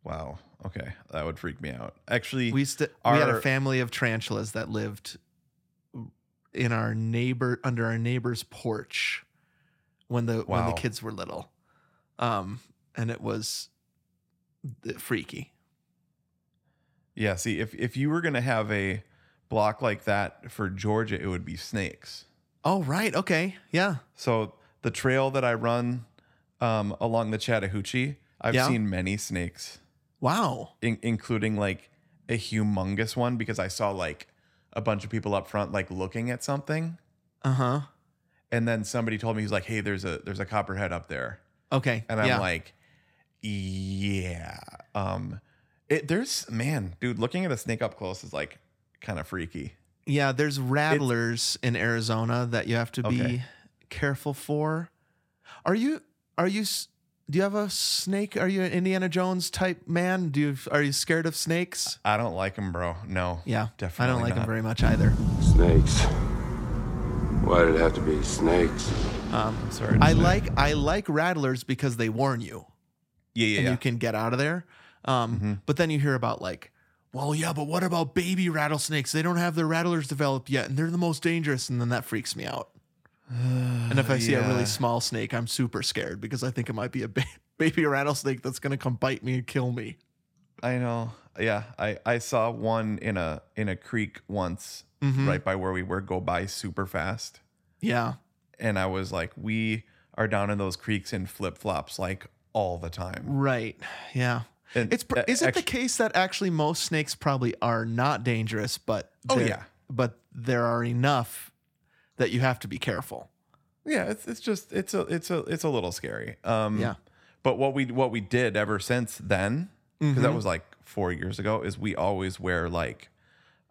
wow okay that would freak me out actually
We, st- we had a
our-
family of tarantulas that lived in our neighbor under our neighbor's porch when the when
Wow.
the kids were little, um, and it was th- freaky.
yeah see if if you were gonna have a block like that for georgia it would be snakes
Oh right, okay, yeah,
so the trail that i run um along the chattahoochee i've
Yeah.
seen many snakes
wow,
in- including like a humongous one because i saw like a bunch of people up front like looking at something
uh huh,
and then somebody told me he's like hey there's a there's a copperhead up there
okay,
and I'm
yeah.
like, yeah. Um, it, there's man, dude, looking at a snake up close is like kind of freaky.
yeah, there's rattlers in Arizona that you have to be
Okay.
careful for. Are you are you s- do you have a snake? Are you an Indiana Jones type man? Do you are you scared of snakes?
I don't like him, bro. No.
Yeah,
definitely.
I don't like
not.
them very much either.
Snakes. Why did it have to be snakes?
I'm sorry. to
I
say.
like I like rattlers because they warn you
Yeah, yeah.
and
yeah. Mm-hmm.
you can get out of there. Um, But then you hear about like, well, yeah, but what about baby rattlesnakes? They don't have their rattlers developed yet, and they're the most dangerous. And then that freaks me out. and if I see a
yeah.
really small snake, I'm super scared because I think it might be a ba- baby rattlesnake that's gonna come bite me and kill me.
I know. Yeah, I I saw one in a in a creek once,
Mm-hmm.
right by where we were, go by super fast,
Yeah,
and I was like, we are down in those creeks in flip flops like all the time.
right. Yeah.
And
It's pr-
uh,
is it the
actu-
case that actually most snakes probably are not dangerous, but
Oh,
there-
yeah.
but there are enough that you have to be careful.
yeah it's, it's just it's a it's a it's a little scary um
Yeah.
but what we what we did ever since then because
Mm-hmm.
that was like four years ago is we always wear like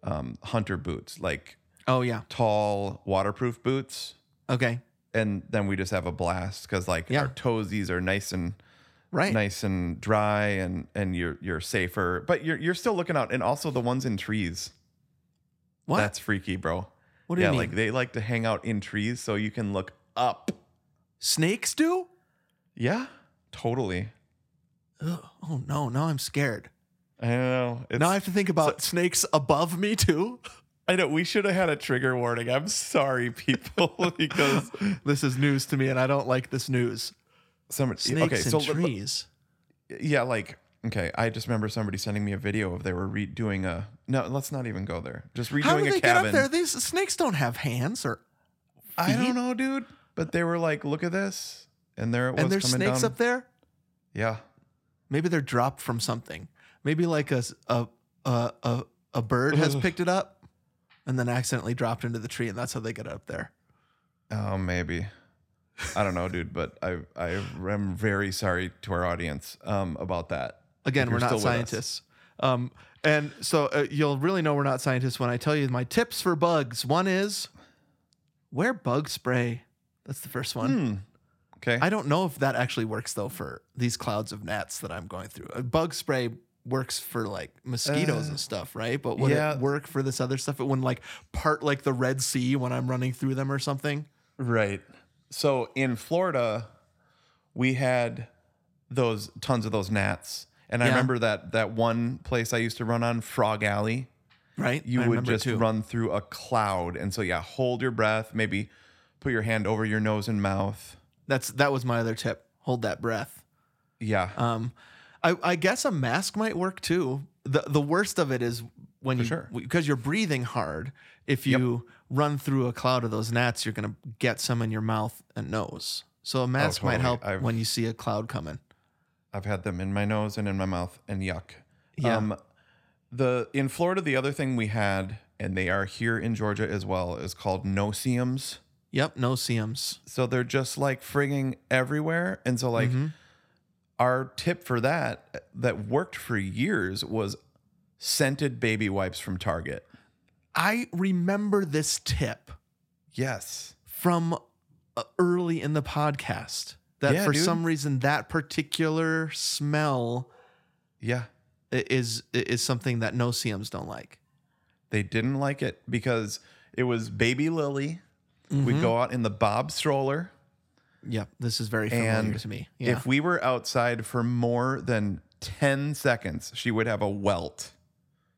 um hunter boots like
Oh yeah,
tall waterproof boots
okay,
and then we just have a blast because like
Yeah.
our toesies are nice and
right,
nice and dry and and you're you're safer but you're you're still looking out and also the ones in trees
What?
that's freaky bro
What do you
yeah
mean?
like they like to hang out in trees so you can look up
snakes do.
yeah totally
Ugh. Oh no, now I'm scared.
I don't know. It's,
now I have to think about snakes above me too.
I know we should have had a trigger warning. I'm sorry, people, because
This is news to me, and I don't like this news.
some
Snakes
okay,
and
so l- l-
trees.
yeah, like okay, I just remember somebody sending me a video of they were redoing a no. Let's not even go there. Just redoing
How do they
a
get
cabin.
up there? These snakes don't have hands, or
I don't know, dude. But they were like, look at this, and there it was
and there's
coming
snakes
down.
up there.
Yeah,
Maybe they're dropped from something. Maybe like a s- a a a, a bird has picked it up and then accidentally dropped into the tree, and that's how they get up there.
oh maybe. I don't know, dude, but I I am very sorry to our audience um, about that.
Again,
If
we're
you're
not
still with us.
scientists. Um, and so uh, you'll really know we're not scientists when I tell you my tips for bugs. One is wear bug spray. That's the first
Hmm.
one.
Okay.
I don't know if that actually works though for these clouds of gnats that I'm going through. Uh, Bug spray works for like mosquitoes and stuff, right? But would
Uh, yeah.
it work for this other stuff? It wouldn't like part like the Red Sea when I'm running through them or something.
Right. So in Florida, we had those tons of those gnats. And I
Yeah.
remember that that one place I used to run on, Frog Alley,
Right?
you
I
would
remember it,
just run through a cloud. And so yeah, hold your breath, maybe put your hand over your nose and mouth.
That's that was my other tip. Hold that breath.
Yeah.
Um, I, I guess a mask might work too. the The worst of it is when you
sure.
because you're breathing hard. If you run through a cloud of those gnats, you're gonna get some in your mouth and nose. So a mask might
Oh, totally.
help
I've-
when you see a cloud coming.
I've had them in my nose and in my mouth and yuck. Um,
Yeah.
the in Florida, the other thing we had, and they are here in Georgia as well, is called noceums.
Yep, no seams.
So they're just like frigging everywhere. And so like our tip for that that worked for years was scented baby wipes from Target.
I remember this tip
Yes.
from uh, early in the podcast that
Yeah,
for
dude.
some reason that particular smell
Yeah.
i- is is something that no seams don't like.
They didn't like it because it was baby Lily. We go out in the Bob stroller.
Yep, this is very familiar
And
to me. Yeah.
if we were outside for more than 10 seconds, she would have a welt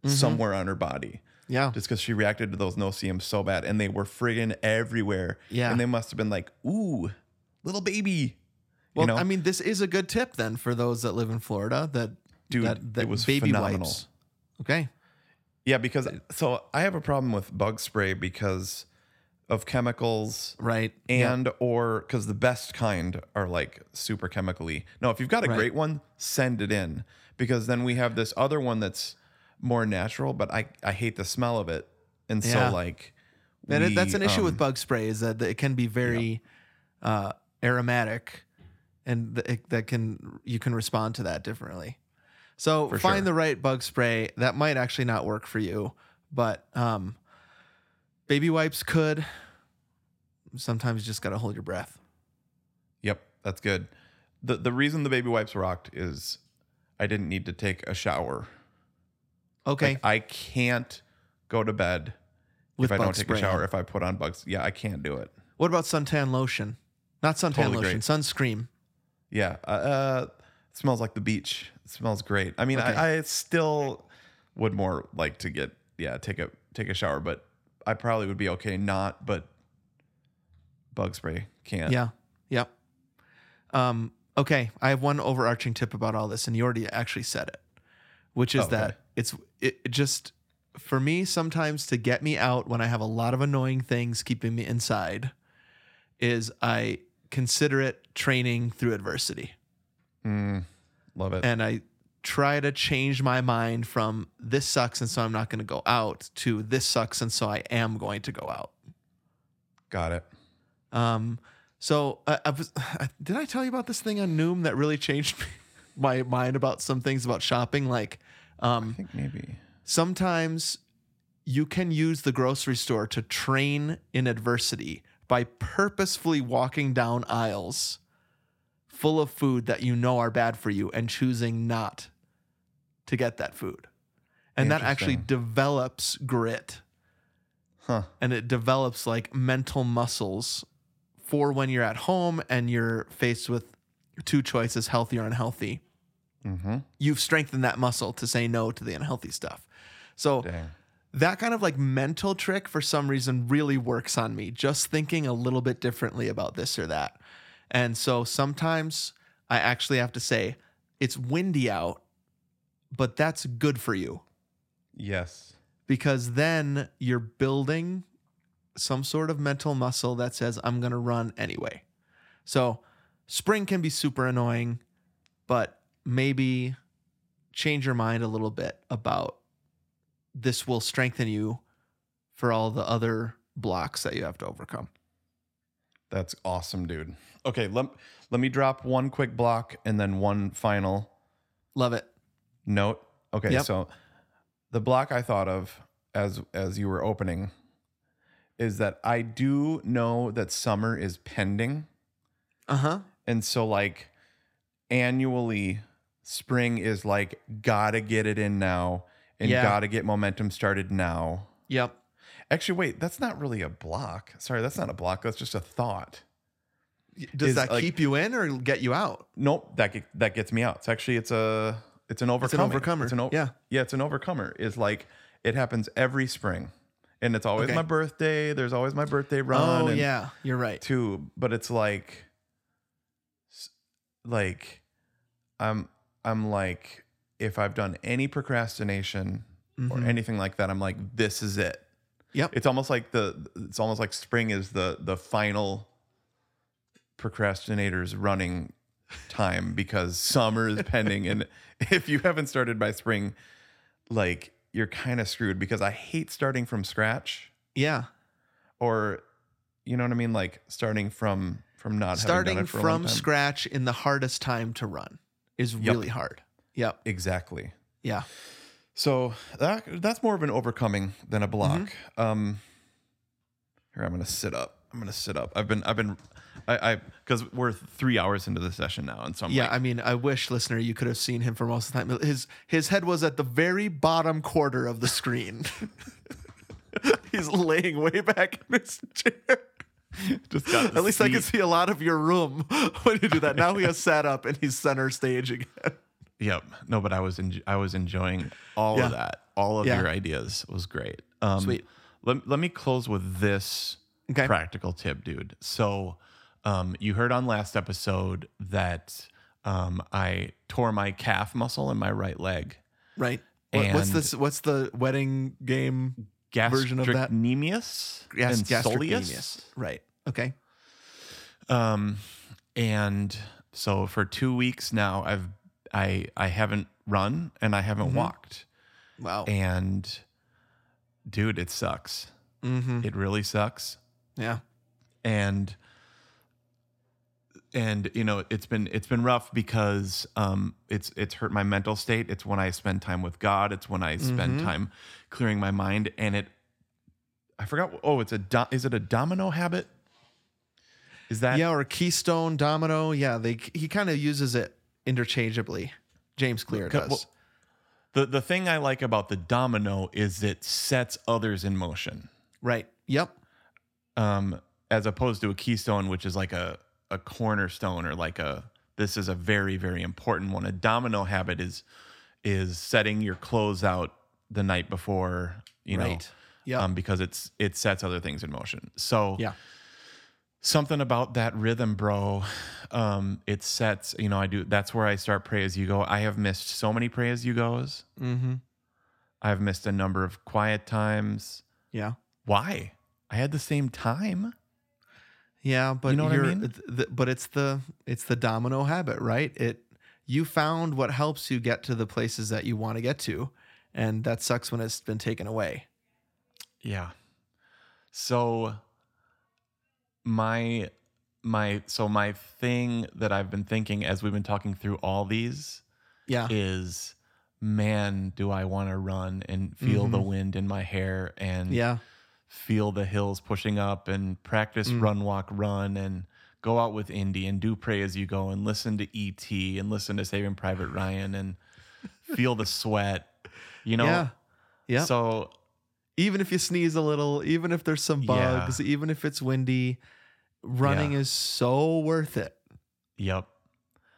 somewhere on her body.
yeah.
just because she reacted to those noceums so bad and they were friggin' everywhere.
Yeah.
And they must have been like, ooh, little baby.
Well,
you know,
I mean, this is a good tip then for those that live in Florida. That
Dude,
that, that
it was
baby
phenomenal.
wipes. Okay.
yeah, because so I have a problem with bug spray because of chemicals
Right. Yeah.
and or because the best kind are like super chemically. No, if you've got a
Right.
great one, send it in because then we have this other one that's more natural, but I, I hate the smell of it. And
Yeah.
so like,
And it- that's
we,
an issue with
um,
bug spray is that it can be very uh, aromatic, and th- it, that can you can respond to that differently. So
For
find
sure.
the right bug spray that might actually not work for you, but um, baby wipes could. Sometimes you just gotta hold your breath.
Yep, that's good. The the reason the baby wipes rocked is I didn't need to take a shower.
Okay,
Like, I can't go to bed
with
if I
bug
don't take
spray
a
on.
shower if I put on bugs. Yeah, I can't do it.
What about suntan lotion? Not suntan
Totally
lotion,
great.
sunscreen.
Yeah, uh, uh it smells like the beach. It smells great. I mean, I, I still would more like to get yeah, take a take a shower, but I probably would be okay not, but bug spray can't.
Yeah. Yep. Um, okay. I have one overarching tip about all this, and you already actually said it, which is
Oh, okay.
that it's it it just for me sometimes to get me out when I have a lot of annoying things keeping me inside is I consider it training through adversity.
Love it.
And I try to change my mind from this sucks and so I'm not going to go out to this sucks and so I am going to go out.
Got it.
Um, so I, I was, did I tell you about this thing on Noom that really changed my mind about some things about shopping? Like, um,
I think maybe.
sometimes you can use the grocery store to train in adversity by purposefully walking down aisles full of food that you know are bad for you and choosing not to get that food. And that actually
Interesting.
develops grit
Huh.
and it develops like mental muscles for when you're at home and you're faced with two choices healthy or unhealthy
Mm-hmm.
you've strengthened that muscle to say no to the unhealthy stuff so
Dang.
that kind of like mental trick for some reason really works on me just thinking a little bit differently about this or that and so sometimes i actually have to say it's windy out but that's good for you
Yes.
because then you're building some sort of mental muscle that says I'm going to run anyway. So, spring can be super annoying, but maybe change your mind a little bit about this will strengthen you for all the other blocks that you have to overcome.
That's awesome, dude. Okay, let, let me drop one quick block and then one final
Love it.
note. Okay,
Yep.
so the block I thought of as as you were opening is that I do know that summer is pending.
Uh huh.
And so, like, annually, spring is like, gotta get it in now and
Yeah.
gotta get momentum started now.
Yep.
Actually, wait, that's not really a block. Sorry, that's not a block. That's just a thought.
Does
Is,
that
like-
keep you in or get you out?
Nope, that get, that gets me out. It's actually it's a it's an overcomer.
overcomer,
It's an o-
yeah.
yeah. It's an overcomer. Is like it happens every spring, and it's always
Okay.
my birthday. There's always my birthday run.
oh
and
yeah, you're right.
too. But it's like, s- like, I'm I'm like if I've done any procrastination
Mm-hmm.
or anything like that, I'm like this is it.
Yep.
It's almost like the it's almost like spring is the the final procrastinator's running time because summer is pending and if you haven't started by spring like you're kind of screwed because I hate starting from scratch
yeah.
or you know what I mean like starting from from not having done
Starting
it for a long
from
time.
scratch in the hardest time to run is really hard. Yep.
exactly
Yeah.
So that that's more of an overcoming than a block.
Mm-hmm.
Um, here I'm gonna sit up. I'm gonna sit up. I've been I've been I I because we're three hours into the session now, and so I'm
Yeah,
like,
I mean, I wish listener you could have seen him for most of the time. His his head was at the very bottom quarter of the screen. He's laying way back in his chair.
just got
At least I can
seat.
see a lot of your room when you do that. Now he has sat up and he's center stage again.
Yep. No, but I was en- I was enjoying all
Yeah.
of that. All of
Yeah.
your ideas was great. Um,
Sweet.
Let Let me close with this
Okay.
practical tip, dude. So, um, you heard on last episode that um, I tore my calf muscle in my right leg.
Right. What, what's
And-
this? What's the wedding game? version of that?
gastrocnemius
Gas-
and
gastrocnemius.
soleus.
Right. Okay.
Um, and so for two weeks now, I've I I haven't run and I haven't walked,
Wow.
and dude, it sucks.
Mm-hmm.
It really sucks.
Yeah.
and and you know it's been it's been rough because um it's it's hurt my mental state it's when i spend time with god it's when i spend time clearing my mind and it i forgot oh it's a do, is it a domino habit is that
Yeah. Or Keystone Domino. Yeah. They he kind of uses it interchangeably. James Clear
Co-
does.
well, the the thing i like about the domino is it sets others in motion
right. Yep.
um, as opposed to a keystone, which is like a a cornerstone or like a this is a very very important one. A domino habit is is setting your clothes out the night before, you know,
Right. Yeah.
um, because it's it sets other things in motion. So
Yeah.
something about that rhythm, bro. Um, it sets you know I do that's where I start pray as you go. I have missed so many pray as you goes.
mm-hmm.
I've missed a number of quiet times.
Yeah.
Why? I had the same time.
Yeah, but you
know what I
are
mean?
but it's the it's the domino habit, right? It you found what helps you get to the places that you want to get to, and that sucks when it's been taken away.
Yeah. So my my so my thing that I've been thinking as we've been talking through all these
Yeah,
is man, do I want to run and feel the wind in my hair and
Mm-hmm. yeah,
feel the hills pushing up and practice
Mm.
run walk run and go out with Indy and do pray as you go and listen to ET and listen to Saving Private Ryan and feel the sweat. You know?
yeah, yeah.
So
even if you sneeze a little, even if there's some
Yeah.
bugs, even if it's windy, running
Yeah.
is so worth it.
yep.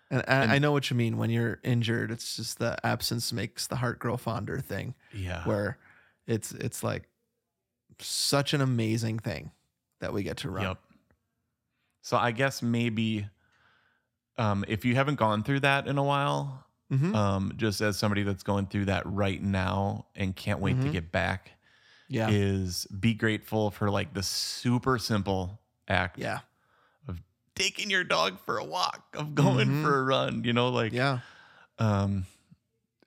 And, I I know what you mean when you're injured. It's just the absence makes the heart grow fonder thing,
Yeah.
where it's it's like such an amazing thing that we get to run.
Yep. So I guess maybe um, if you haven't gone through that in a while,
Mhm.
um, just as somebody that's going through that right now and can't wait to get back,
Mm-hmm. Yeah.
is be grateful for like the super simple act
Yeah.
of taking your dog for a walk, of going
Mhm.
for a run, you know, like
Yeah.
um,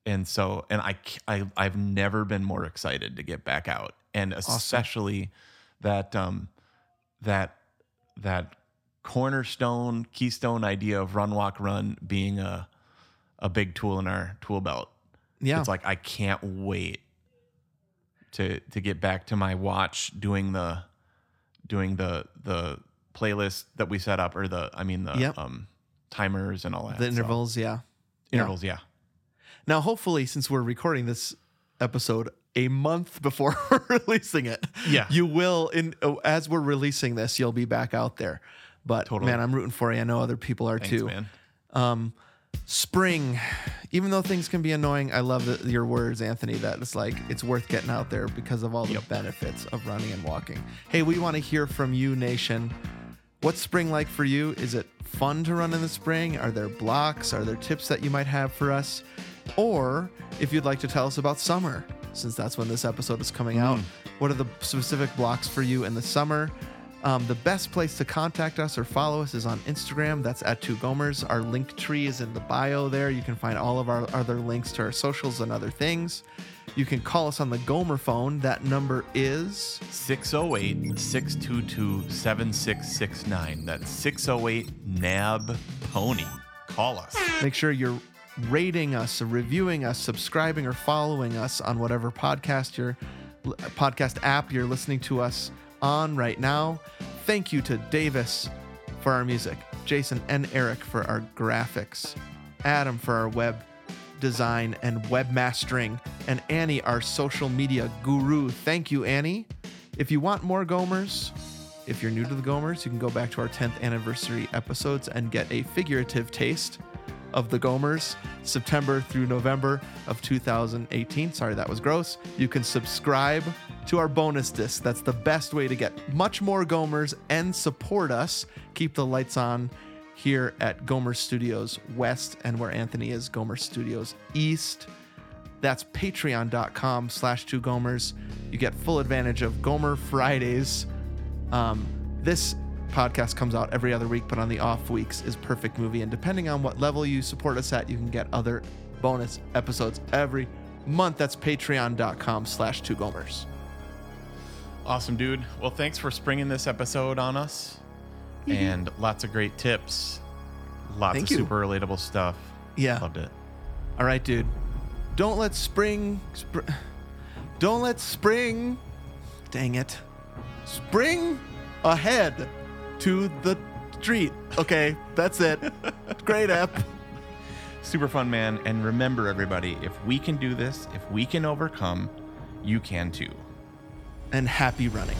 and so and I, c- I I've never been more excited to get back out, and especially that um that that cornerstone keystone idea of run walk run being a a big tool in our tool belt.
Yeah.
It's like I can't wait to to get back to my watch doing the doing the the playlist that we set up, or the I mean the
Yep.
um timers and all that.
The
so-
intervals, yeah.
intervals, yeah.
Now, hopefully, since we're recording this episode a month before we're releasing it,
Yeah.
you will. In oh, as we're releasing this, you'll be back out there. But
Totally.
man, I'm rooting for you. I know other people are
Thanks,
too.
man.
Spring, even though things can be annoying, I love the, your words, Anthony. That it's like it's worth getting out there because of all the benefits of running and walking. Hey, we want to hear from you, Nation. What's spring like for you? Is it fun to run in the spring? Are there blocks? Are there tips that you might have for us? Or if you'd like to tell us about summer, since that's when this episode is coming out, what are the specific blocks for you in the summer? Um, the best place to contact us or follow us is on Instagram. That's at Two Gomers. Our link tree is in the bio there. You can find all of our other links to our socials and other things. You can call us on the Gomer phone. That number is
608 622 7669. That's 608 NAB Pony. Call us.
Make sure you're rating us, reviewing us, subscribing or following us on whatever podcast your podcast app you're listening to us on right now. Thank you to Davis for our music, Jason and Eric for our graphics, Adam for our web design and web mastering, and Annie, our social media guru. Thank you, Annie. If you want more Gomers, if you're new to the Gomers, you can go back to our 10th anniversary episodes and get a figurative taste of the Gomers September through November of 2018. Sorry, that was gross. You can subscribe to our bonus disc. That's the best way to get much more Gomers and support us. Keep the lights on here at Gomer Studios West and where Anthony is, Gomer Studios East. That's patreon.com slash two gomers. You get full advantage of Gomer Fridays. Um, this podcast comes out every other week, but on the off weeks is Perfect Movie. And depending on what level you support us at, you can get other bonus episodes every month. That's patreon.com slash two gomers.
Awesome, dude. Well, thanks for springing this episode on us. And lots of great tips. Lots
Thank
of
you.
super relatable stuff.
Yeah.
Loved it.
All right, dude. Don't let spring. Spr- don't let spring. Dang it. Spring ahead to the street. Okay, that's it. Great app.
Super fun, man. And remember, everybody, if we can do this, if we can overcome, you can too.
And happy running.